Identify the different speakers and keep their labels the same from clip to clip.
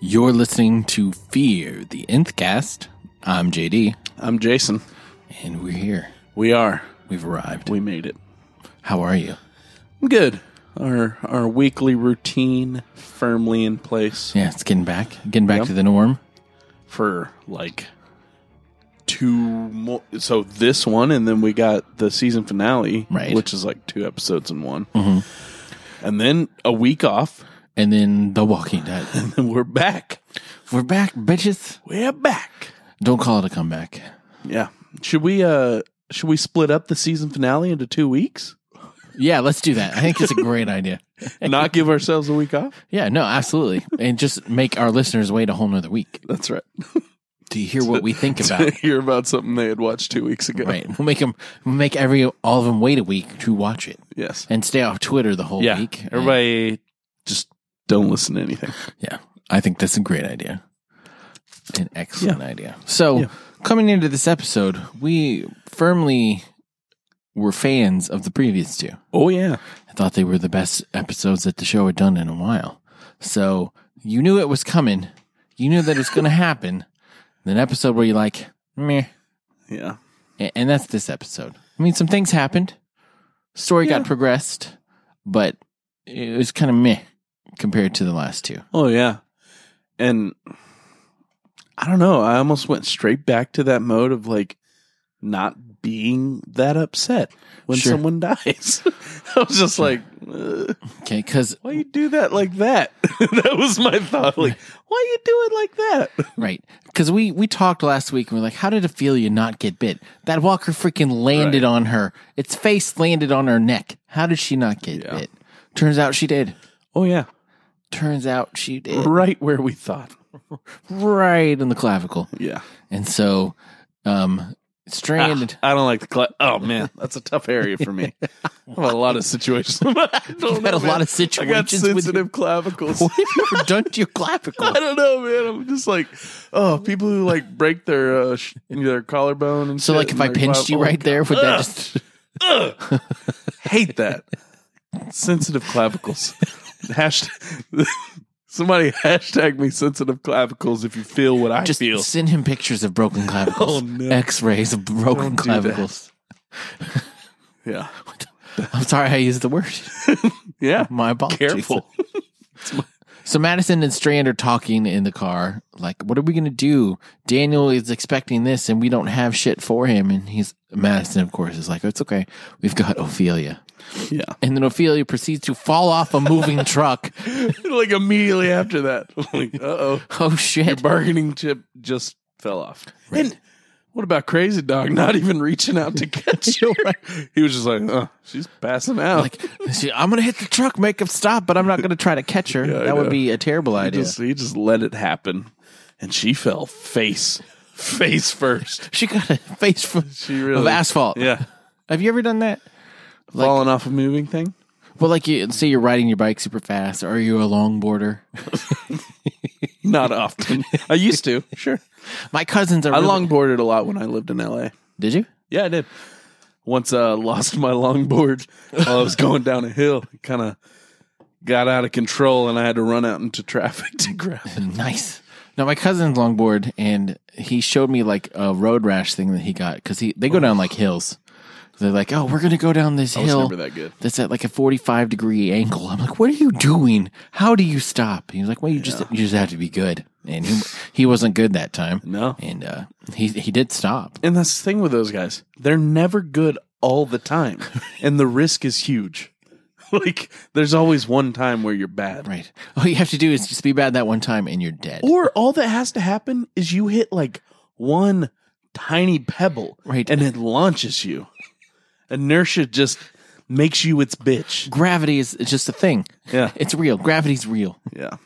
Speaker 1: You're listening to Fear the Nth Cast. I'm JD,
Speaker 2: I'm Jason.
Speaker 1: and we're here.
Speaker 2: We are.
Speaker 1: We've arrived.
Speaker 2: We made it.
Speaker 1: How are you?
Speaker 2: Good. Our our weekly routine firmly in place
Speaker 1: Yeah, it's getting back, getting back to the norm.
Speaker 2: for like two more. So this one, and then we got the season finale,
Speaker 1: Right.
Speaker 2: Which is like two episodes in one, and then a week off,
Speaker 1: And then The Walking Dead.
Speaker 2: and then we're back.
Speaker 1: we're back, bitches.
Speaker 2: We're back.
Speaker 1: Don't call it a comeback.
Speaker 2: Yeah. Should we uh should we split up the season finale into two weeks?
Speaker 1: Yeah, let's do that. I think it's a great idea.
Speaker 2: Not give ourselves a week off.
Speaker 1: Yeah, no, absolutely. And just make our listeners wait a whole nother week
Speaker 2: That's right.
Speaker 1: to hear what we think
Speaker 2: to
Speaker 1: about.
Speaker 2: hear about something they had watched two weeks ago.
Speaker 1: Right. We'll make them, we'll make every, all of them wait a week to watch it
Speaker 2: Yes.
Speaker 1: and stay off Twitter the whole
Speaker 2: Yeah.
Speaker 1: week.
Speaker 2: Everybody just don't listen to anything.
Speaker 1: Yeah, I think that's a great idea. An excellent idea. So,
Speaker 2: Yeah.
Speaker 1: coming into this episode, we firmly were fans of the previous two.
Speaker 2: Oh yeah.
Speaker 1: I thought they were the best episodes that the show had done in a while. So, you knew it was coming, you knew that it was going to happen. An episode where you're like, meh.
Speaker 2: Yeah.
Speaker 1: A- And that's this episode. I mean, some things happened, story
Speaker 2: Yeah.
Speaker 1: got progressed, but it was kind of meh compared to the last two.
Speaker 2: Oh yeah. And I don't know, I almost went straight back to that mode of like not being that upset when
Speaker 1: Sure.
Speaker 2: someone dies. I was just like, "Ugh,
Speaker 1: Okay, because
Speaker 2: why you do that like that? that was my thought. Like, why you do it like that?
Speaker 1: Right. Because we, we talked last week and we are like, how did Ophelia not get bit? That walker freaking landed on her. Its face landed on her neck. How did she not get
Speaker 2: Yeah.
Speaker 1: bit? Turns out she did.
Speaker 2: Oh yeah.
Speaker 1: Turns out she did.
Speaker 2: Right where we thought.
Speaker 1: Right in the clavicle.
Speaker 2: Yeah.
Speaker 1: And so, um, stranded.
Speaker 2: I don't like the cla- Oh man, that's a tough area for me. I have a lot of situations. I don't
Speaker 1: You've had
Speaker 2: know,
Speaker 1: a lot of
Speaker 2: man. I got
Speaker 1: situations with
Speaker 2: sensitive
Speaker 1: your,
Speaker 2: clavicles.
Speaker 1: What have you ever done to your clavicle?
Speaker 2: I don't know, man. I'm just like, oh, people who like break their uh, sh- their collarbone and
Speaker 1: So,
Speaker 2: shit
Speaker 1: like, if
Speaker 2: and
Speaker 1: I
Speaker 2: their
Speaker 1: pinched
Speaker 2: clav-
Speaker 1: you
Speaker 2: oh,
Speaker 1: right there, would that just.
Speaker 2: hate that. sensitive clavicles. Hashtag. Somebody hashtag me sensitive clavicles if you feel what I
Speaker 1: Just
Speaker 2: feel.
Speaker 1: send him pictures of broken clavicles,
Speaker 2: Oh, no.
Speaker 1: x rays of broken
Speaker 2: Don't do that.
Speaker 1: clavicles.
Speaker 2: Yeah,
Speaker 1: I'm sorry I used the word.
Speaker 2: yeah.
Speaker 1: My apologies.
Speaker 2: Careful.
Speaker 1: So Madison and Strand are talking in the car, like, what are we going to do? Daniel is expecting this and we don't have shit for him. And he's, Madison, of course, is like, it's okay. We've got Ophelia.
Speaker 2: Yeah.
Speaker 1: And then Ophelia proceeds to fall off a moving truck.
Speaker 2: like immediately after that, I'm like, uh oh.
Speaker 1: Oh, shit.
Speaker 2: bargaining chip just fell off. And what about Crazy Dog not even reaching out to catch her? He was just like, oh, she's passing out.
Speaker 1: Like, she- I'm going to hit the truck, make him stop, but I'm not going to try to catch her.
Speaker 2: I
Speaker 1: that would
Speaker 2: know.
Speaker 1: be a terrible
Speaker 2: he,
Speaker 1: idea.
Speaker 2: just, he just let it happen. And she fell face, face first.
Speaker 1: she got a face full
Speaker 2: She really.
Speaker 1: of asphalt.
Speaker 2: Yeah.
Speaker 1: Have you ever done that?
Speaker 2: Falling off a moving thing?
Speaker 1: Well, like, you say you're riding your bike super fast. Or are you a longboarder?
Speaker 2: Not often. I used to, sure.
Speaker 1: My cousins are.
Speaker 2: I
Speaker 1: really-
Speaker 2: longboarded a lot when I lived in LA.
Speaker 1: Did you?
Speaker 2: Yeah, I did. Once uh, lost my longboard while I was going down a hill. Kind of got out of control, and I had to run out into traffic to grab it.
Speaker 1: Nice. Now my cousin's longboard, and he showed me like a road rash thing that he got because he they go down like hills. They're like, oh, we're gonna go down this
Speaker 2: It's
Speaker 1: hill
Speaker 2: never that good.
Speaker 1: that's at like a forty five degree angle. I'm like, what are you doing? How do you stop? He's like, well, you just you just have to be good, and he he wasn't good that time.
Speaker 2: No.
Speaker 1: and uh, he he did stop.
Speaker 2: And that's the thing with those guys. They're never good all the time. and the risk is huge. Like, there's always one time where you're bad.
Speaker 1: Right. All you have to do is just be bad that one time, and you're dead.
Speaker 2: Or all that has to happen is you hit like one tiny pebble
Speaker 1: Right.
Speaker 2: and it launches you. Inertia just makes you its bitch.
Speaker 1: Gravity is it's just a thing.
Speaker 2: Yeah.
Speaker 1: It's real. Gravity's real.
Speaker 2: Yeah.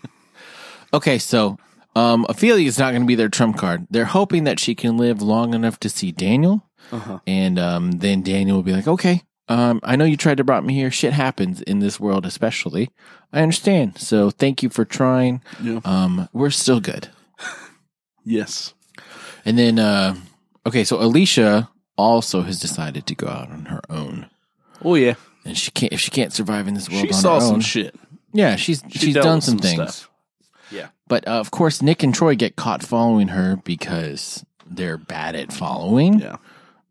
Speaker 1: Okay, so um, Ophelia is not going to be their trump card. They're hoping that she can live long enough to see Daniel,
Speaker 2: Uh-huh.
Speaker 1: and um, then Daniel will be like, "Okay, um, I know you tried to brought me here. Shit happens in this world, especially. I understand. So thank you for trying.
Speaker 2: Yeah.
Speaker 1: Um, we're still good."
Speaker 2: Yes.
Speaker 1: And then, uh, okay, so Alicia also has decided to go out on her own,
Speaker 2: Oh yeah.
Speaker 1: and she can't if she can't survive in this world.
Speaker 2: She
Speaker 1: on
Speaker 2: saw
Speaker 1: her
Speaker 2: some
Speaker 1: own,
Speaker 2: shit.
Speaker 1: yeah, she's
Speaker 2: She
Speaker 1: she's
Speaker 2: dealt
Speaker 1: done
Speaker 2: with
Speaker 1: some
Speaker 2: some
Speaker 1: things.
Speaker 2: stuff. Yeah.
Speaker 1: But uh, of course, Nick and Troy get caught following her because they're bad at following.
Speaker 2: Yeah.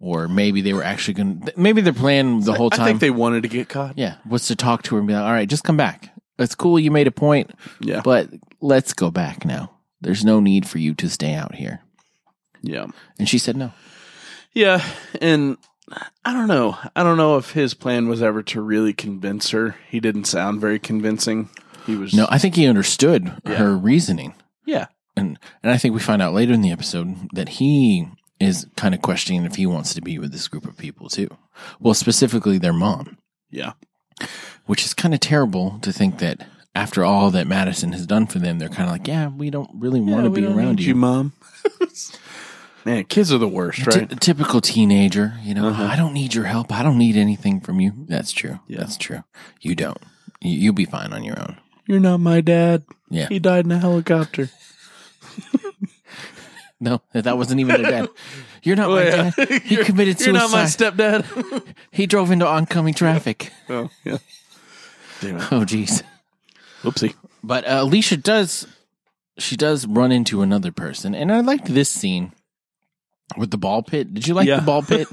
Speaker 1: Or maybe they were actually going to, maybe their plan the whole
Speaker 2: I
Speaker 1: time
Speaker 2: think they wanted to get caught.
Speaker 1: yeah, was to talk to her and be like, all right, just come back. It's cool. You made a point,
Speaker 2: Yeah.
Speaker 1: but let's go back now. There's no need for you to stay out here.
Speaker 2: Yeah.
Speaker 1: And she said no.
Speaker 2: Yeah, and I don't know. I don't know if his plan was ever to really convince her. He didn't sound very convincing. He was
Speaker 1: No, I think he understood her reasoning.
Speaker 2: Yeah.
Speaker 1: And and I think we find out later in the episode that he is kind of questioning if he wants to be with this group of people too. Well, specifically their mom,
Speaker 2: Yeah.
Speaker 1: which is kind of terrible to think that after all that Madison has done for them, they're kind of like, yeah, we don't really want to be around you.
Speaker 2: mom. Man, kids are the worst,
Speaker 1: Ty-
Speaker 2: right?
Speaker 1: typical teenager, you know,
Speaker 2: Uh-huh.
Speaker 1: I don't need your help. I don't need anything from you. That's true.
Speaker 2: Yeah.
Speaker 1: That's true. You don't. You, you'll be fine on your own.
Speaker 2: You're not my dad.
Speaker 1: Yeah.
Speaker 2: He died in a helicopter.
Speaker 1: No, that wasn't even their dad. You're not my
Speaker 2: Oh, yeah.
Speaker 1: dad. He committed
Speaker 2: You're not my
Speaker 1: suicide.
Speaker 2: stepdad.
Speaker 1: he drove into oncoming traffic.
Speaker 2: oh, yeah. Damn it.
Speaker 1: Oh, jeez.
Speaker 2: Oopsie.
Speaker 1: But uh, Alicia does, she does run into another person, and I liked this scene with the ball pit. Did you like
Speaker 2: Yeah.
Speaker 1: the ball pit?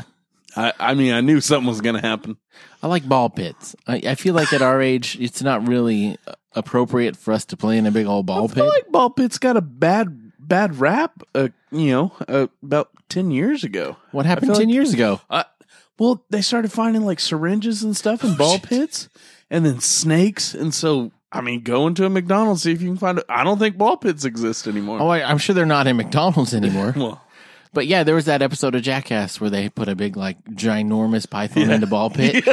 Speaker 2: I, I mean, I knew something was going to happen.
Speaker 1: I like ball pits. I, I feel like at our age, it's not really appropriate for us to play in a big old ball
Speaker 2: I
Speaker 1: pit.
Speaker 2: feel like ball pit's got a bad bad rap, uh, you know, uh, about 10 years ago.
Speaker 1: What happened
Speaker 2: feel
Speaker 1: ten
Speaker 2: like-
Speaker 1: years ago?
Speaker 2: Uh, well, they started finding like syringes and stuff
Speaker 1: Oh,
Speaker 2: in ball pits and then snakes. And so, I mean, go into a McDonald's, see if you can find it. I don't think ball pits exist anymore.
Speaker 1: Oh, I, I'm sure they're not in McDonald's anymore.
Speaker 2: well,
Speaker 1: But yeah, there was that episode of Jackass where they put a big, like, ginormous python in the ball pit.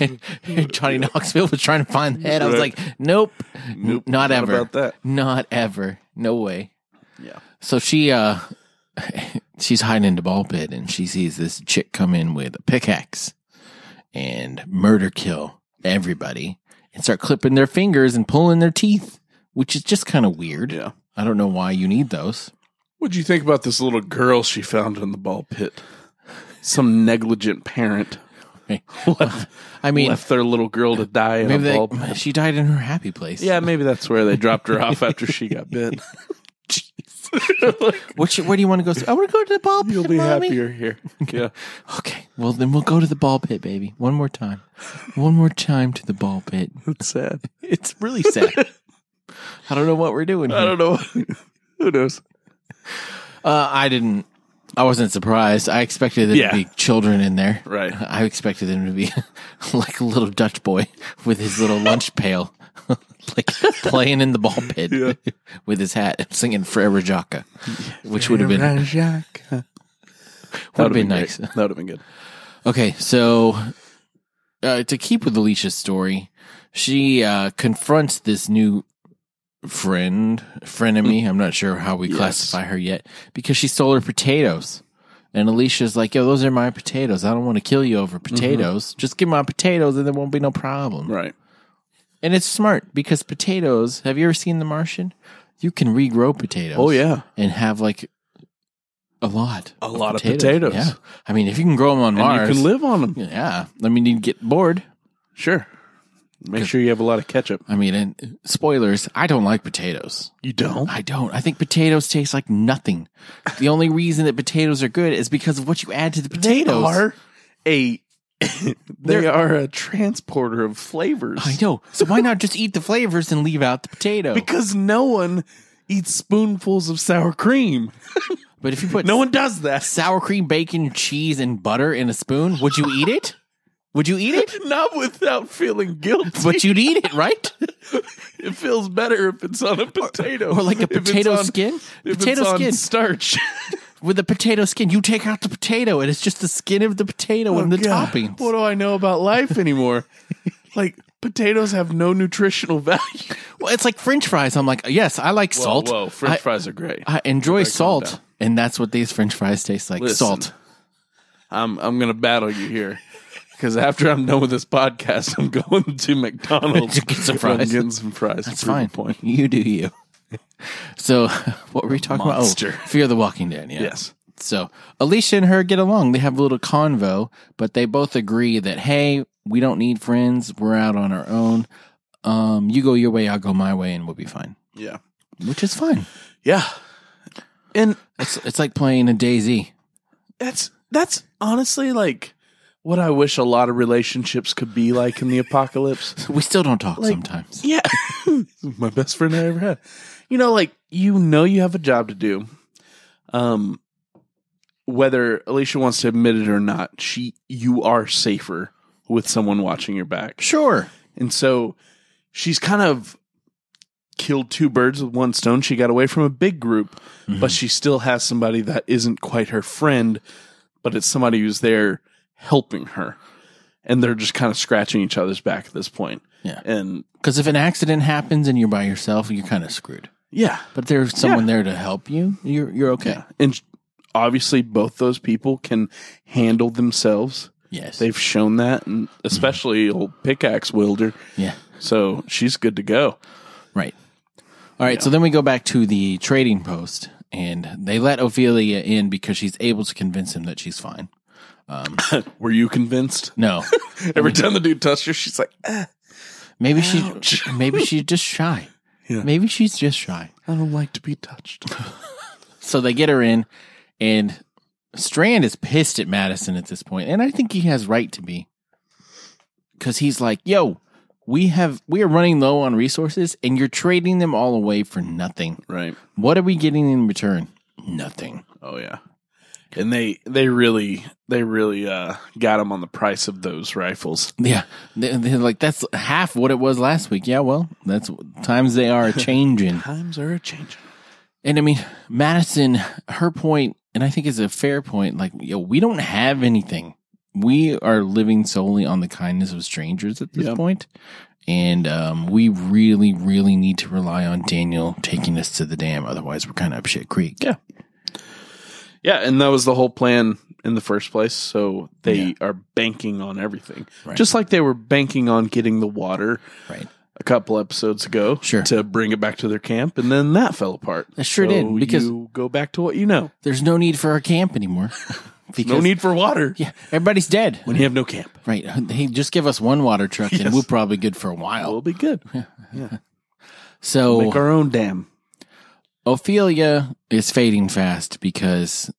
Speaker 1: and Johnny Knoxville was trying to find the head. I was
Speaker 2: Right.
Speaker 1: like, nope, nope not,
Speaker 2: not
Speaker 1: ever.
Speaker 2: about that.
Speaker 1: Not ever. No way.
Speaker 2: yeah.
Speaker 1: So she, uh, she's hiding in the ball pit and she sees this chick come in with a pickaxe and murder kill everybody and start clipping their fingers and pulling their teeth, which is just kind of weird.
Speaker 2: Yeah.
Speaker 1: I don't know why you need those.
Speaker 2: What'd you think about this little girl she found in the ball pit? Some negligent parent left,
Speaker 1: I mean,
Speaker 2: left their little girl to die in
Speaker 1: maybe
Speaker 2: a ball
Speaker 1: they,
Speaker 2: pit.
Speaker 1: she died in her happy place.
Speaker 2: Yeah, maybe that's where they dropped her off after she got bit.
Speaker 1: What you- where do you want to go? I want to go to the ball pit,
Speaker 2: You'll be
Speaker 1: mommy.
Speaker 2: happier here. Yeah.
Speaker 1: Okay. Well, then we'll go to the ball pit, baby. One more time. One more time to the ball pit.
Speaker 2: That's sad.
Speaker 1: It's really sad. I don't know what we're doing. Here.
Speaker 2: I don't know. Who knows?
Speaker 1: Uh, I didn't. I wasn't surprised. I expected there
Speaker 2: Yeah.
Speaker 1: to be children in there.
Speaker 2: Right.
Speaker 1: I expected him to be like a little Dutch boy with his little lunch pail, like playing in the ball pit
Speaker 2: Yeah.
Speaker 1: with his hat and singing Frere Jacques, which would have been would
Speaker 2: Rajak.
Speaker 1: have been nice.
Speaker 2: That would have been good.
Speaker 1: Okay, so uh, to keep with Alicia's story, she uh, confronts this new friend, frenemy. I'm not sure how we
Speaker 2: Yes.
Speaker 1: classify her yet because she stole her potatoes. And Alicia's like, yo, those are my potatoes. I don't want to kill you over potatoes. Just give my potatoes and there won't be no problem.
Speaker 2: Mm-hmm. Right.
Speaker 1: And it's smart because potatoes, have you ever seen The Martian? You can regrow potatoes.
Speaker 2: Oh yeah.
Speaker 1: And have like a lot.
Speaker 2: A lot of potatoes.
Speaker 1: Yeah. I mean, if you can grow them on
Speaker 2: And
Speaker 1: Mars.
Speaker 2: you can live on them.
Speaker 1: Yeah. I mean, you get bored.
Speaker 2: Sure. Make sure you have a lot of ketchup.
Speaker 1: I mean, and spoilers, I don't like potatoes.
Speaker 2: You don't.
Speaker 1: I don't. I think potatoes taste like nothing. The only reason that potatoes are good is because of what you add to the potatoes.
Speaker 2: are a they are a transporter of flavors.
Speaker 1: I know. So why not just eat the flavors and leave out the potato?
Speaker 2: Because no one eats spoonfuls of sour cream.
Speaker 1: but if you put
Speaker 2: No one does that.
Speaker 1: sour cream, bacon, cheese, and butter in a spoon, would you eat it? Would you eat it?
Speaker 2: Not without feeling guilty.
Speaker 1: But you'd eat it, right?
Speaker 2: It feels better if it's on a potato.
Speaker 1: Or like a
Speaker 2: If it's
Speaker 1: potato
Speaker 2: on-
Speaker 1: skin?
Speaker 2: If
Speaker 1: Potato
Speaker 2: it's on
Speaker 1: skin.
Speaker 2: starch.
Speaker 1: With the potato skin, you take out the potato and it's just the skin of the potato and the
Speaker 2: Oh, God,
Speaker 1: toppings.
Speaker 2: What do I know about life anymore? like potatoes have no nutritional value.
Speaker 1: Well, it's like French fries. I'm like, yes, I like salt. I-
Speaker 2: fries are great.
Speaker 1: I enjoy
Speaker 2: calm
Speaker 1: salt,
Speaker 2: down.
Speaker 1: and that's what these French fries taste like.
Speaker 2: Listen.
Speaker 1: Salt.
Speaker 2: I'm I'm gonna battle you here because after I'm done with this podcast, I'm going to McDonald's
Speaker 1: To get some
Speaker 2: I'm
Speaker 1: fries.
Speaker 2: getting some fries. That's
Speaker 1: It's fine.
Speaker 2: Point.
Speaker 1: You do you. So, what were we talking
Speaker 2: Monster.
Speaker 1: about? Oh, Fear the Walking Dead. Yeah.
Speaker 2: Yes.
Speaker 1: So, Alicia and her get along. They have a little convo, but they both agree that hey, we don't need friends. We're out on our own. um, you go your way, I'll go my way, and we'll be fine.
Speaker 2: Yeah.
Speaker 1: Which is fine.
Speaker 2: Yeah. And
Speaker 1: It's it's like playing a Daisy.
Speaker 2: that's that's honestly like what I wish a lot of relationships could be like in the apocalypse.
Speaker 1: We still don't talk
Speaker 2: Like-
Speaker 1: sometimes.
Speaker 2: Yeah. My best friend I ever had. You know, like you know you have a job to do. Um whether Alicia wants to admit it or not, she you are safer with someone watching your back.
Speaker 1: Sure.
Speaker 2: And so she's kind of killed two birds with one stone. She got away from a big group, but she still has somebody that isn't quite her friend, but it's somebody who's there helping her. And they're just kind of scratching each other's back at this point.
Speaker 1: Yeah.
Speaker 2: And
Speaker 1: Because if an accident happens and you're by yourself, you're kind of screwed.
Speaker 2: yeah,
Speaker 1: But there's someone there to help you. You're you're okay.
Speaker 2: Yeah. And obviously, both those people can handle themselves.
Speaker 1: Yes.
Speaker 2: They've shown that, and especially old pickaxe wielder.
Speaker 1: yeah.
Speaker 2: So she's good to go.
Speaker 1: Right. All right. So then we go back to the trading post, and they let Ophelia in because she's able to convince him that she's fine.
Speaker 2: Were you convinced?
Speaker 1: No,
Speaker 2: Every time the dude touched her, she's like, "Eh,
Speaker 1: maybe she,
Speaker 2: Ouch.
Speaker 1: maybe she's just shy.
Speaker 2: Yeah.
Speaker 1: Maybe she's just shy.
Speaker 2: I don't like to be touched.
Speaker 1: So they get her in, and Strand is pissed at Madison at this point, and I think he has right to be, because he's like, "Yo, we have we are running low on resources, and you're trading them all away for nothing.
Speaker 2: right.
Speaker 1: What are we getting in return? Nothing."
Speaker 2: Oh, yeah. And they they really they really uh, got him on the price of those rifles.
Speaker 1: Yeah, they they're like that's half what it was last week. Yeah, well, that's times they are changing.
Speaker 2: Times are a changing.
Speaker 1: And I mean, Madison, her point, and I think it's a fair point. Like, yo, we don't have anything. We are living solely on the kindness of strangers at this
Speaker 2: Yeah.
Speaker 1: point. and um, we really, really need to rely on Daniel taking us to the dam. Otherwise, we're kind of up shit creek.
Speaker 2: Yeah. Yeah, and that was the whole plan in the first place. So they
Speaker 1: Yeah.
Speaker 2: are banking on everything,
Speaker 1: Right.
Speaker 2: just like they were banking on getting the water
Speaker 1: right.
Speaker 2: a couple episodes ago
Speaker 1: Sure.
Speaker 2: to bring it back to their camp, and then that fell apart.
Speaker 1: It sure
Speaker 2: So
Speaker 1: did, because-
Speaker 2: you go back to what you know.
Speaker 1: There's no need for our camp anymore. because,
Speaker 2: No need for water
Speaker 1: Yeah, everybody's dead.
Speaker 2: when you have no camp.
Speaker 1: Right. Hey, just give us one water truck and
Speaker 2: Yes.
Speaker 1: we're probably good for a while.
Speaker 2: We'll be good.
Speaker 1: So Oh.
Speaker 2: Make our own dam.
Speaker 1: Ophelia is fading fast because,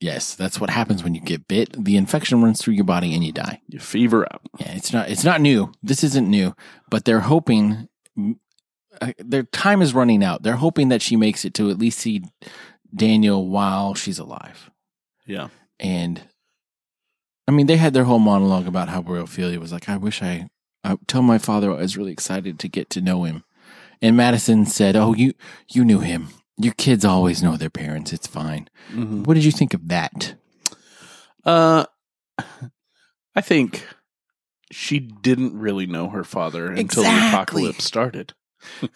Speaker 1: yes, that's what happens when you get bit. The infection runs through your body and you die.
Speaker 2: You fever up.
Speaker 1: Yeah, it's not. It's not new. This isn't new. But they're hoping. uh, Their time is running out. They're hoping that she makes it to at least see Daniel while she's alive.
Speaker 2: Yeah.
Speaker 1: And I mean, they had their whole monologue about how Royal Ophelia was like, I wish I, I tell my father I was really excited to get to know him. And Madison said, Oh, you, you knew him. Your kids always know their parents. It's fine.
Speaker 2: Mhm.
Speaker 1: What did you think of that?
Speaker 2: Uh, I think she didn't really know her father until the
Speaker 1: Exactly.
Speaker 2: apocalypse started.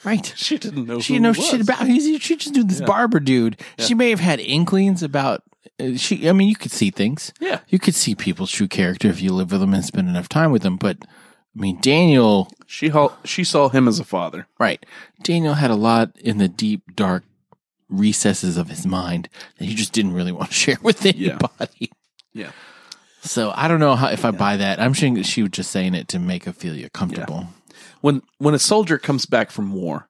Speaker 1: Right.
Speaker 2: She didn't know.
Speaker 1: She
Speaker 2: who
Speaker 1: didn't know
Speaker 2: he
Speaker 1: shit
Speaker 2: was.
Speaker 1: about. He's, she just knew this
Speaker 2: Yeah.
Speaker 1: barber dude.
Speaker 2: Yeah.
Speaker 1: She may have had inklings about. uh, She, I mean, you could see things.
Speaker 2: Yeah.
Speaker 1: You could see people's true character if you live with them and spend enough time with them. But I mean, Daniel
Speaker 2: She hol- she saw him as a father.
Speaker 1: Right. Daniel had a lot in the deep, dark recesses of his mind that he just didn't really want to share with
Speaker 2: Yeah.
Speaker 1: anybody.
Speaker 2: Yeah.
Speaker 1: So I don't know how, if I buy that. I'm sure she was just saying it to make Ophelia comfortable.
Speaker 2: When when a soldier comes back from war,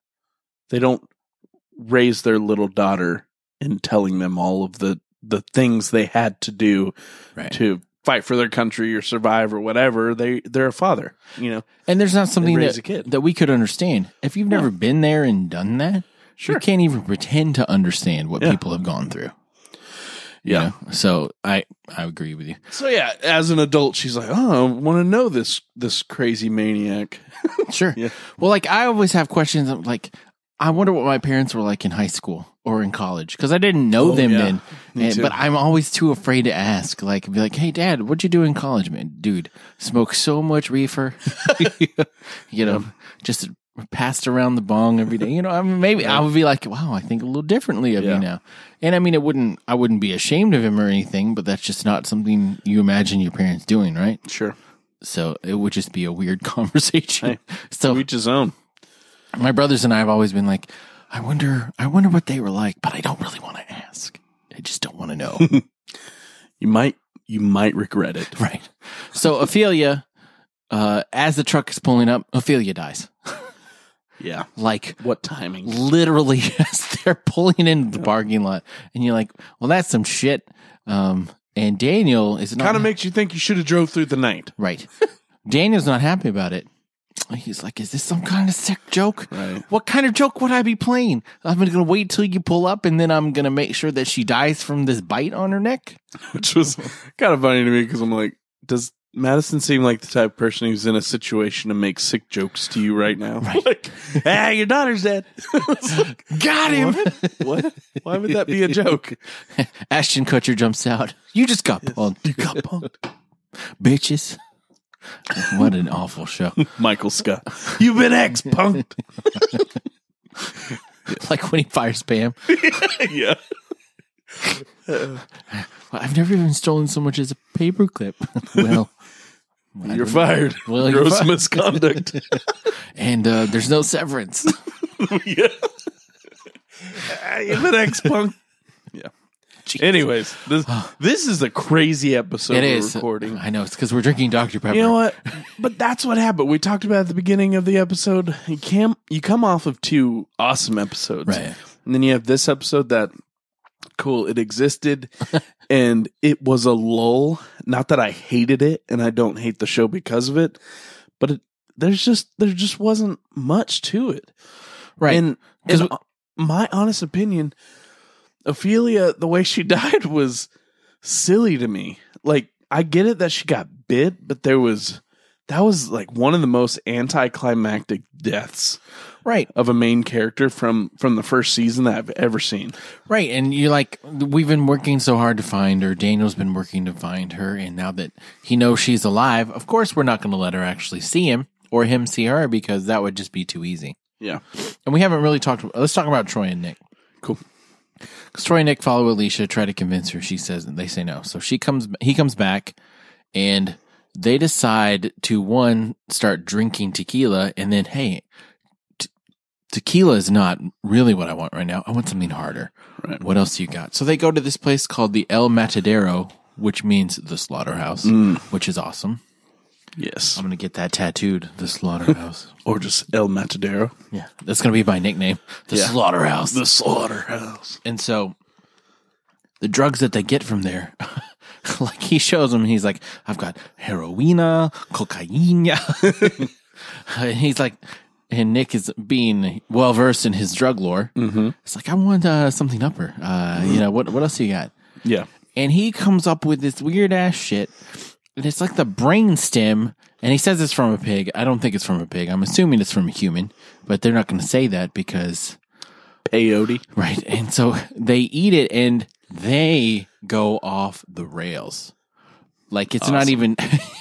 Speaker 2: they don't raise their little daughter in telling them all of the the things they had to do
Speaker 1: Right.
Speaker 2: to fight for their country or survive or whatever. They they're a father, you know.
Speaker 1: And there's not something
Speaker 2: And raise
Speaker 1: that,
Speaker 2: a kid.
Speaker 1: that we could understand. If you've never been there and done that, you
Speaker 2: Sure.
Speaker 1: can't even pretend to understand what
Speaker 2: Yeah.
Speaker 1: people have gone through. you
Speaker 2: Yeah.
Speaker 1: know? So I, I agree with you.
Speaker 2: So yeah, as an adult, she's like, "Oh, I want to know this this crazy maniac."
Speaker 1: Sure.
Speaker 2: Yeah.
Speaker 1: Well, like I always have questions. I'm like, I wonder what my parents were like in high school or in college because I didn't know
Speaker 2: Oh,
Speaker 1: them
Speaker 2: yeah.
Speaker 1: then.
Speaker 2: Me
Speaker 1: And-
Speaker 2: too.
Speaker 1: but I'm always too afraid to ask. Like, be like, "Hey, Dad, what'd you do in college, man? Dude, smoked so much reefer, you know, just passed around the bong every day. You know, I mean, maybe I would be like, wow, I think a little differently of
Speaker 2: Yeah.
Speaker 1: you now. And I mean, it wouldn't, I wouldn't be ashamed of him or anything, but that's just not something you imagine your parents doing, right?
Speaker 2: Sure,
Speaker 1: So it would just be a weird conversation. so
Speaker 2: to each his own.
Speaker 1: my brothers and I have always been like, I wonder, I wonder what they were like, but I don't really want to ask. I just don't want to know.
Speaker 2: You might you might regret it.
Speaker 1: right. So Ophelia, uh, as the truck is pulling up, Ophelia dies.
Speaker 2: Yeah.
Speaker 1: Like
Speaker 2: What timing?
Speaker 1: literally as they're pulling into the parking lot, and you're like, "Well, that's some shit." Um, and Daniel is not
Speaker 2: Kind of makes you think you should have drove through the night.
Speaker 1: right. Daniel's not happy about it. He's like, "Is this some kind of sick joke?
Speaker 2: Right.
Speaker 1: What kind of joke would I be playing? I'm gonna wait till you pull up, and then I'm gonna make sure that she dies from this bite on her neck."
Speaker 2: Which was kind of funny to me because I'm like, does Madison seem like the type of person who's in a situation to make sick jokes to you right now?
Speaker 1: Right.
Speaker 2: Like, ah, your daughter's dead. It's like,
Speaker 1: Got him.
Speaker 2: what? Why would that be a joke?
Speaker 1: Ashton Kutcher jumps out. You just got punked. You got punked. Bitches. What an awful show.
Speaker 2: Michael Scott. You've been ex punked.
Speaker 1: like when he fires Pam.
Speaker 2: yeah.
Speaker 1: I've never even stolen so much as a paperclip. well, I
Speaker 2: You're
Speaker 1: don't-
Speaker 2: fired.
Speaker 1: Well, you're
Speaker 2: Gross
Speaker 1: fired.
Speaker 2: misconduct.
Speaker 1: And uh, there's no severance.
Speaker 2: yeah. Ah, You've been ex punked. Yeah. Anyways, this this is a crazy episode
Speaker 1: it
Speaker 2: we're
Speaker 1: is.
Speaker 2: recording.
Speaker 1: I know. It's because we're drinking Dr. Pepper.
Speaker 2: You know what? But that's what happened. We talked about at the beginning of the episode. You came, you come off of two awesome episodes,
Speaker 1: Right.
Speaker 2: And then you have this episode that cool. It existed, and it was a lull. Not that I hated it, and I don't hate the show because of it, but it, there's just there just wasn't much to it.
Speaker 1: Right.
Speaker 2: And,
Speaker 1: 'Cause
Speaker 2: and uh, my honest opinion, Ophelia, the way she died was silly to me. Like, I get it that she got bit, but there was that was like one of the most anticlimactic deaths
Speaker 1: right.
Speaker 2: of a main character from from the first season that I've ever seen.
Speaker 1: Right. And you're like, we've been working so hard to find her. Daniel's been working to find her. And now that he knows she's alive, of course, we're not going to let her actually see him or him see her because that would just be too easy.
Speaker 2: Yeah.
Speaker 1: And we haven't really talked. Let's talk about Troy and Nick.
Speaker 2: Cool.
Speaker 1: 'Cause Troy and Nick follow Alicia, try to convince her. She says they say no. So she comes. He comes back, and they decide to one start drinking tequila, and then hey, t- tequila is not really what I want right now. I want something harder.
Speaker 2: Right.
Speaker 1: What else you got? So they go to this place called the El Matadero, which means the slaughterhouse,
Speaker 2: Mm.
Speaker 1: which is awesome.
Speaker 2: Yes.
Speaker 1: I'm gonna get that tattooed. The slaughterhouse.
Speaker 2: Or just El Matadero.
Speaker 1: yeah, that's gonna be my nickname. The
Speaker 2: Yeah.
Speaker 1: slaughterhouse.
Speaker 2: The slaughterhouse.
Speaker 1: And so the drugs that they get from there, like he shows them, he's like, I've got heroina, cocaine. and he's like, and Nick is being well versed in his drug lore. Mm-hmm. It's like, I want uh, something upper. Uh, you know, what, what else you got?
Speaker 2: Yeah.
Speaker 1: and he comes up with this weird ass shit. And it's like the brain stem, and he says it's from a pig. I don't think it's from a pig. I'm assuming it's from a human, but they're not going to say that because
Speaker 2: Peyote.
Speaker 1: right. And so they eat it, and they go off the rails. Like it's not even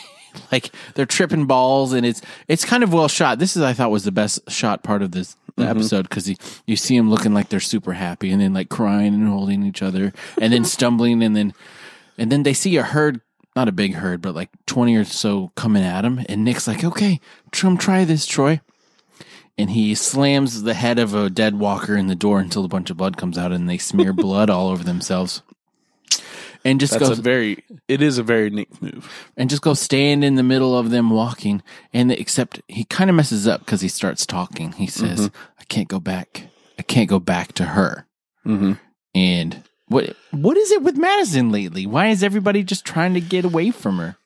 Speaker 1: like they're tripping balls, and it's it's kind of well shot. This is I thought was the best shot part of this the episode because you see them looking like they're super happy, and then like crying and holding each other, and then stumbling, and then and then they see a herd, not a big herd, but like 20 or so coming at him. And Nick's like, okay, Trum, try this, Troy. And he slams the head of a dead walker in the door until a bunch of blood comes out and they smear blood all over themselves. And just
Speaker 2: That's
Speaker 1: goes
Speaker 2: a very it is a very Nick move.
Speaker 1: and just goes stand in the middle of them walking. And except he kind of messes up because he starts talking. He says,
Speaker 2: Mm-hmm.
Speaker 1: "I can't go back. I can't go back to her."
Speaker 2: Mhm.
Speaker 1: And what what is it with Madison lately? Why is everybody just trying to get away from her?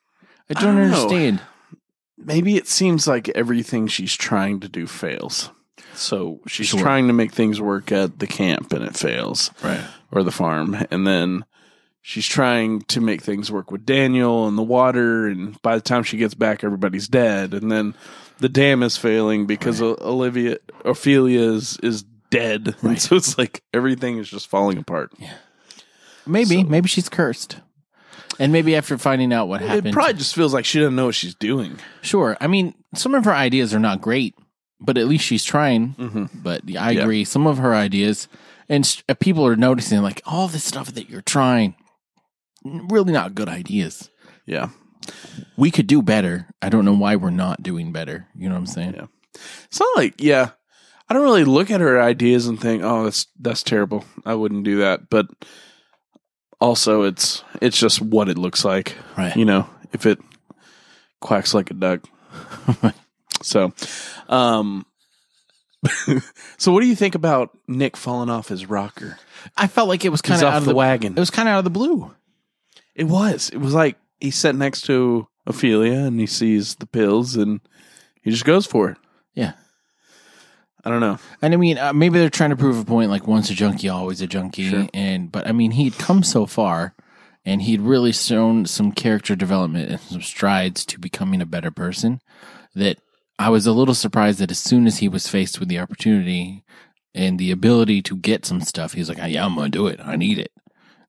Speaker 1: I don't,
Speaker 2: don't know.
Speaker 1: understand.
Speaker 2: maybe it seems like everything she's trying to do fails. So she's
Speaker 1: Sure.
Speaker 2: trying to make things work at the camp and it fails,
Speaker 1: Right.
Speaker 2: or the farm. And then she's trying to make things work with Daniel and the water. And by the time she gets back, everybody's dead. And then the dam is failing because O- Olivia, Ophelia is, is dead. And so it's like everything is just falling apart.
Speaker 1: Maybe maybe she's cursed. And maybe after finding out what happened,
Speaker 2: It probably just feels like she doesn't know what she's doing.
Speaker 1: Sure. I mean, some of her ideas are not great, but at least she's trying. But yeah, I
Speaker 2: Yeah.
Speaker 1: agree. Some of her ideas, and s- uh, people are noticing like all this stuff that you're trying, n- really not good ideas.
Speaker 2: Yeah.
Speaker 1: We could do better. I don't know why we're not doing better. You know what I'm saying?
Speaker 2: Yeah. It's not like yeah. I don't really look at her ideas and think, oh, that's that's terrible. I wouldn't do that. But also, it's it's just what it looks like,
Speaker 1: Right.
Speaker 2: you know. If it quacks like a duck, so um, So, what do you think about Nick falling off his rocker?
Speaker 1: I felt like it was
Speaker 2: He's
Speaker 1: kind of
Speaker 2: off
Speaker 1: out of
Speaker 2: the,
Speaker 1: the,
Speaker 2: wagon.
Speaker 1: It was kind of out of the blue.
Speaker 2: It was. It was like he sat next to Ophelia and he sees the pills and he just goes for it.
Speaker 1: Yeah.
Speaker 2: I don't know.
Speaker 1: And I mean, uh, maybe they're trying to prove a point, like once a junkie, always a junkie.
Speaker 2: Sure.
Speaker 1: And but I mean, he'd come so far, and he'd really shown some character development and some strides to becoming a better person. That I was a little surprised that as soon as he was faced with the opportunity and the ability to get some stuff, he's like, "Ah, "Yeah, I'm gonna do it. I need it."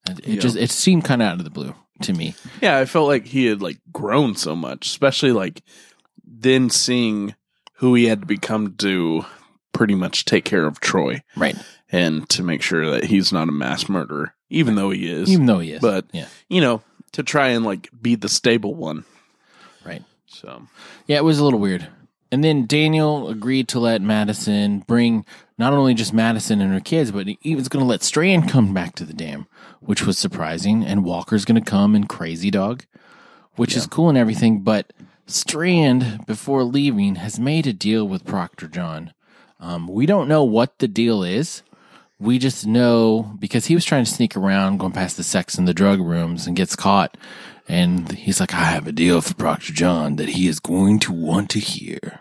Speaker 1: And it
Speaker 2: Yeah.
Speaker 1: just it seemed kind of out of the blue to me.
Speaker 2: Yeah, I felt like he had like grown so much, especially like then seeing who he had to become to pretty much take care of Troy
Speaker 1: Right.
Speaker 2: and to make sure that he's not a mass murderer, even though he is.
Speaker 1: Even though he is.
Speaker 2: But
Speaker 1: yeah.
Speaker 2: you know, to try and like be the stable one.
Speaker 1: Right.
Speaker 2: So
Speaker 1: Yeah, it was a little weird. And then Daniel agreed to let Madison bring not only just Madison and her kids, but he was going to let Strand come back to the dam, which was surprising. And Walker's going to come and Crazy Dog, which is cool and everything. But Strand, before leaving, has made a deal with Proctor John. Um, we don't know what the deal is. We just know because he was trying to sneak around, going past the sex and the drug rooms, and gets caught. And he's like, I have a deal for Proctor John that he is going to want to hear.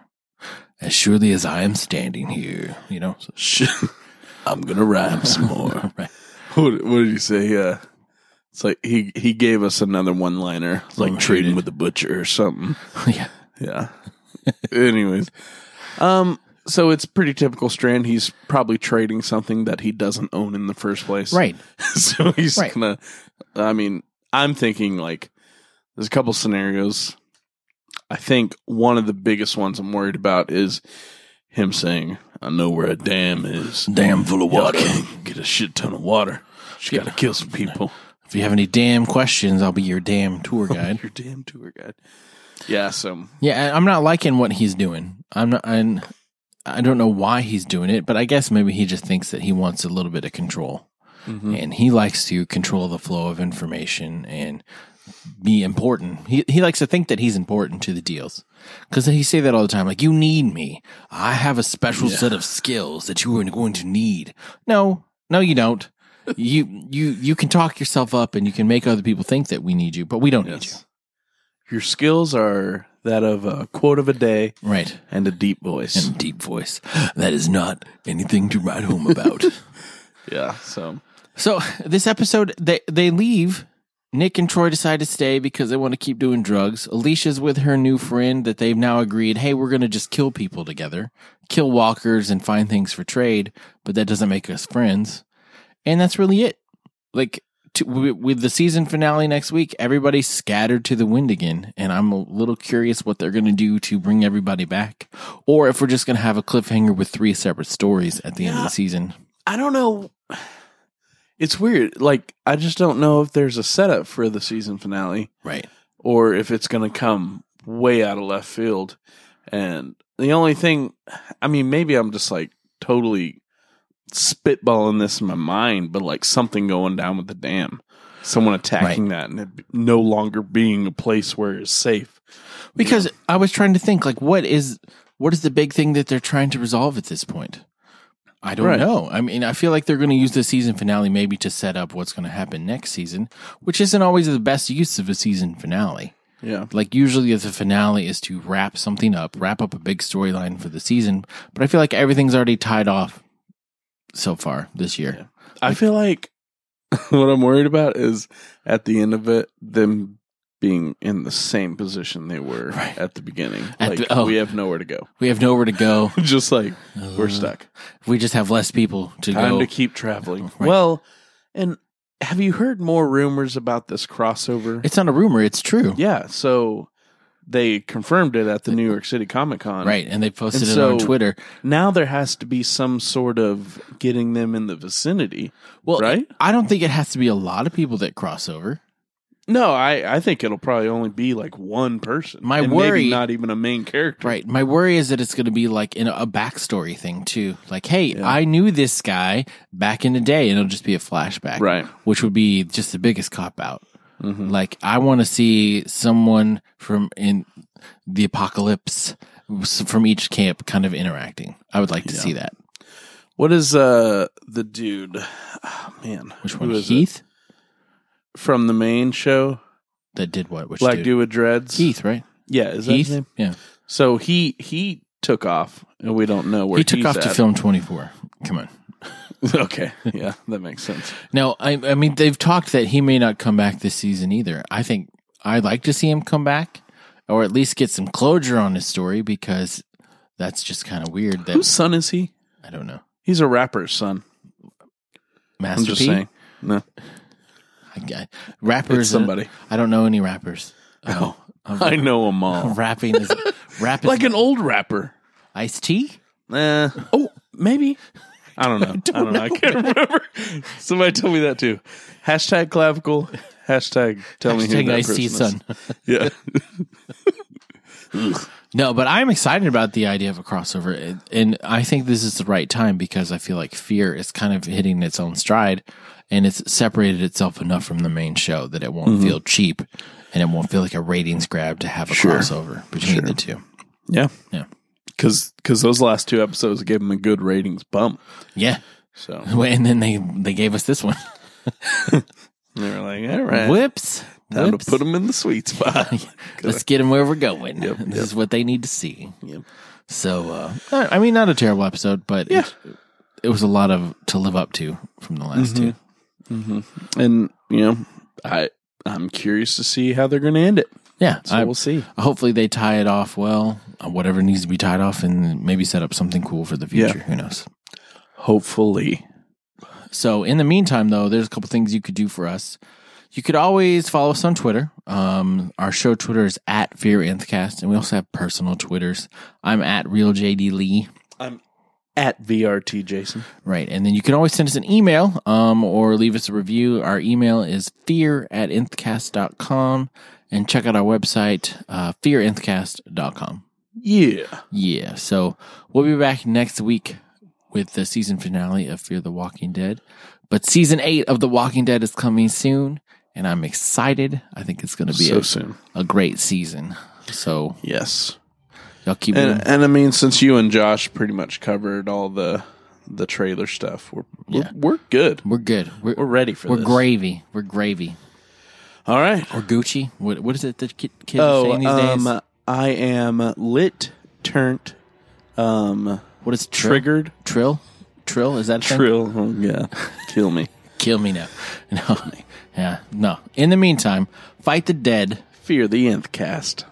Speaker 1: As surely as I am standing here, you know. So,
Speaker 2: I'm gonna rhyme some more.
Speaker 1: right.
Speaker 2: What, what did you say? Uh, it's like he he gave us another one liner, like
Speaker 1: Oh, he
Speaker 2: trading
Speaker 1: did.
Speaker 2: with the butcher or something.
Speaker 1: yeah.
Speaker 2: Yeah. Anyways, um, so it's pretty typical Strand. He's probably trading something that he doesn't own in the first place,
Speaker 1: Right.
Speaker 2: so he's
Speaker 1: Right.
Speaker 2: gonna. I mean, I'm thinking like there's a couple scenarios. I think one of the biggest ones I'm worried about is him saying, "I know where a dam is."
Speaker 1: Dam full of
Speaker 2: Y'all
Speaker 1: water.
Speaker 2: can't get a shit ton of water. She got to kill some people.
Speaker 1: If you have any damn questions, I'll be your damn tour guide.
Speaker 2: Your damn tour guide. Yeah, so
Speaker 1: Yeah, and I'm not liking what he's doing. I'm not. I'm, I don't know why he's doing it, but I guess maybe he just thinks that he wants a little bit of control, and he likes to control the flow of information and be important. He he likes to think that he's important to the deals because he say that all the time. Like you need me. I have a special set of skills that you are going to need. No, no, you don't. you you you can talk yourself up and you can make other people think that we need you, but we don't
Speaker 2: yes. Your skills are that of a quote of a day
Speaker 1: need you. Right.
Speaker 2: and a deep voice.
Speaker 1: and deep voice. That is not anything to write home about.
Speaker 2: yeah, so
Speaker 1: so this episode, they they leave. Nick and Troy decide to stay because they want to keep doing drugs. Alicia's with her new friend that they've now agreed, hey, we're going to just kill people together, kill walkers and find things for trade, but that doesn't make us friends. And that's really it. Like to, wi- with the season finale next week, everybody's scattered to the wind again, and I'm a little curious what they're going to do to bring everybody back, or if we're just going to have a cliffhanger with three separate stories at the end of
Speaker 2: Yeah.
Speaker 1: the season.
Speaker 2: I don't know. It's weird. Like I just don't know if there's a setup for the season finale
Speaker 1: Right.
Speaker 2: or if it's going to come way out of left field. And the only thing, I mean, maybe I'm just like totally spitballing this in my mind, but like something going down with the dam, someone attacking that, and it no longer being a place where it's safe.
Speaker 1: Because I was trying to think, like, what is what is the big thing that they're trying to resolve at this point? I don't
Speaker 2: Right.
Speaker 1: know. I mean, I feel like they're going to use the season finale maybe to set up what's going to happen next season, which isn't always the best use of a season finale.
Speaker 2: Yeah,
Speaker 1: Like usually the finale is to wrap something up, wrap up a big storyline for the season, but I feel like everything's already tied off so far this year.
Speaker 2: I feel like what I'm worried about is at the end of it, them being in the same position they were
Speaker 1: Right.
Speaker 2: at the beginning.
Speaker 1: At
Speaker 2: like
Speaker 1: the- oh.
Speaker 2: we have nowhere to go.
Speaker 1: We have nowhere to go.
Speaker 2: just like we're
Speaker 1: Uh,
Speaker 2: stuck.
Speaker 1: We just have less people to
Speaker 2: Time
Speaker 1: go.
Speaker 2: to keep traveling.
Speaker 1: Right.
Speaker 2: Well, and have you heard more rumors about this crossover?
Speaker 1: it's not a rumor, it's true.
Speaker 2: yeah, so they confirmed it at the New York City Comic Con.
Speaker 1: Right, and they posted
Speaker 2: And
Speaker 1: it on
Speaker 2: so-
Speaker 1: Twitter.
Speaker 2: Now there has to be some sort of getting them in the vicinity.
Speaker 1: Well,
Speaker 2: right?
Speaker 1: I don't think it has to be a lot of people that cross over.
Speaker 2: No, I, I think it'll probably only be like one person.
Speaker 1: My
Speaker 2: and
Speaker 1: worry-
Speaker 2: maybe not even a main character.
Speaker 1: Right. My worry is that it's going to be like in a, a backstory thing too. Like, hey,
Speaker 2: Yeah.
Speaker 1: I knew this guy back in the day, and it'll just be a flashback,
Speaker 2: Right.
Speaker 1: Which would be just the biggest cop out.
Speaker 2: Mhm.
Speaker 1: Mm-hmm. Like, I want to see someone from in the apocalypse s- from each camp kind of interacting. I would like to
Speaker 2: Yeah.
Speaker 1: see that.
Speaker 2: What is uh the dude? Oh, man,
Speaker 1: Which
Speaker 2: Who
Speaker 1: one?
Speaker 2: is
Speaker 1: Heath
Speaker 2: it? from the main show?
Speaker 1: that did what? Which
Speaker 2: Black
Speaker 1: dude?
Speaker 2: dude with dreads.
Speaker 1: Heath, right?
Speaker 2: Yeah, is that his
Speaker 1: Heath.
Speaker 2: name?
Speaker 1: Yeah,
Speaker 2: So he he took off, and we don't know where
Speaker 1: he took
Speaker 2: he's
Speaker 1: off to
Speaker 2: at.
Speaker 1: film Twenty Four. Come on.
Speaker 2: okay, yeah, that makes sense.
Speaker 1: Now, I, I mean, they've talked that he may not come back this season either. I think I'd like to see him come back, or at least get some closure on his story because that's just kind of weird. That
Speaker 2: Whose son is he?
Speaker 1: I don't know.
Speaker 2: He's a rapper's son.
Speaker 1: Master
Speaker 2: I'm just
Speaker 1: P?
Speaker 2: saying. No,
Speaker 1: I- I- rappers. uh,
Speaker 2: It's somebody.
Speaker 1: I don't know any rappers.
Speaker 2: no, I know them all.
Speaker 1: Rapping is rap is
Speaker 2: Like an old rapper.
Speaker 1: Ice T.
Speaker 2: Eh. oh, maybe. I don't know. I don't, know. I can't remember. Somebody told me that too. Hashtag clavicle. Hashtag tell me who
Speaker 1: Hashtag
Speaker 2: that
Speaker 1: Ice T
Speaker 2: person is.
Speaker 1: son.
Speaker 2: Yeah.
Speaker 1: No, but I'm excited about the idea of a crossover, and, and I think this is the right time because I feel like Fear is kind of hitting its own stride, and it's separated itself enough from the main show that it
Speaker 2: Mm-hmm.
Speaker 1: won't feel cheap, and it won't feel like a ratings grab to have a crossover between the two.
Speaker 2: Yeah.
Speaker 1: Yeah.
Speaker 2: Because those last two episodes gave him a good ratings bump.
Speaker 1: Yeah,
Speaker 2: So
Speaker 1: and then they they gave us this one.
Speaker 2: they were like, all right,
Speaker 1: Whips,
Speaker 2: time
Speaker 1: Whips.
Speaker 2: to put him in the sweet spot.
Speaker 1: Let's get them where we're going.
Speaker 2: Yep,
Speaker 1: this
Speaker 2: yep.
Speaker 1: is what they need to see.
Speaker 2: Yep.
Speaker 1: So, uh, I I mean, not a terrible episode, but
Speaker 2: Yeah.
Speaker 1: it, it was a lot of to live up to from the last
Speaker 2: Mm-hmm.
Speaker 1: two.
Speaker 2: and you know, I I'm curious to see how they're going to end it.
Speaker 1: Yeah,
Speaker 2: So
Speaker 1: I-
Speaker 2: we'll see.
Speaker 1: hopefully they tie it off well, uh, whatever needs to be tied off, and maybe set up something cool for the future. Who knows?
Speaker 2: Hopefully,
Speaker 1: So in the meantime, though, there's a couple things you could do for us. You could always follow us on Twitter. Um, our show Twitter is at Fear Nthcast, and we also have personal Twitters. I'm at Real JD Lee.
Speaker 2: at VRT Jason.
Speaker 1: Right. And then you can always send us an email um, or leave us a review. Our email is fear at nthcast.com and check out our website, uh, fearinthcast.com.
Speaker 2: Yeah.
Speaker 1: Yeah. So we'll be back next week with the season finale of Fear the Walking Dead. But season eight of The Walking Dead is coming soon, and I'm excited. I think it's going to be
Speaker 2: So soon.
Speaker 1: a, a great season. So
Speaker 2: Yes.
Speaker 1: y'all keep it.
Speaker 2: And uh, and I mean, since you and Josh pretty much covered all the the trailer stuff, we're we're, we're good.
Speaker 1: We're good. We're,
Speaker 2: We're
Speaker 1: we're,
Speaker 2: ready for this.
Speaker 1: gravy. We're gravy.
Speaker 2: All right.
Speaker 1: Or Gucci. What, what is it that ki- kids are
Speaker 2: Oh,
Speaker 1: saying these days?
Speaker 2: um, I am lit, turnt, um,
Speaker 1: What is trill?
Speaker 2: triggered,
Speaker 1: Trill? Trill? Is that a thing?
Speaker 2: trill. Oh, yeah, kill me.
Speaker 1: Kill me now. No. Yeah. No. In the meantime, fight the dead.
Speaker 2: Fear the nth cast.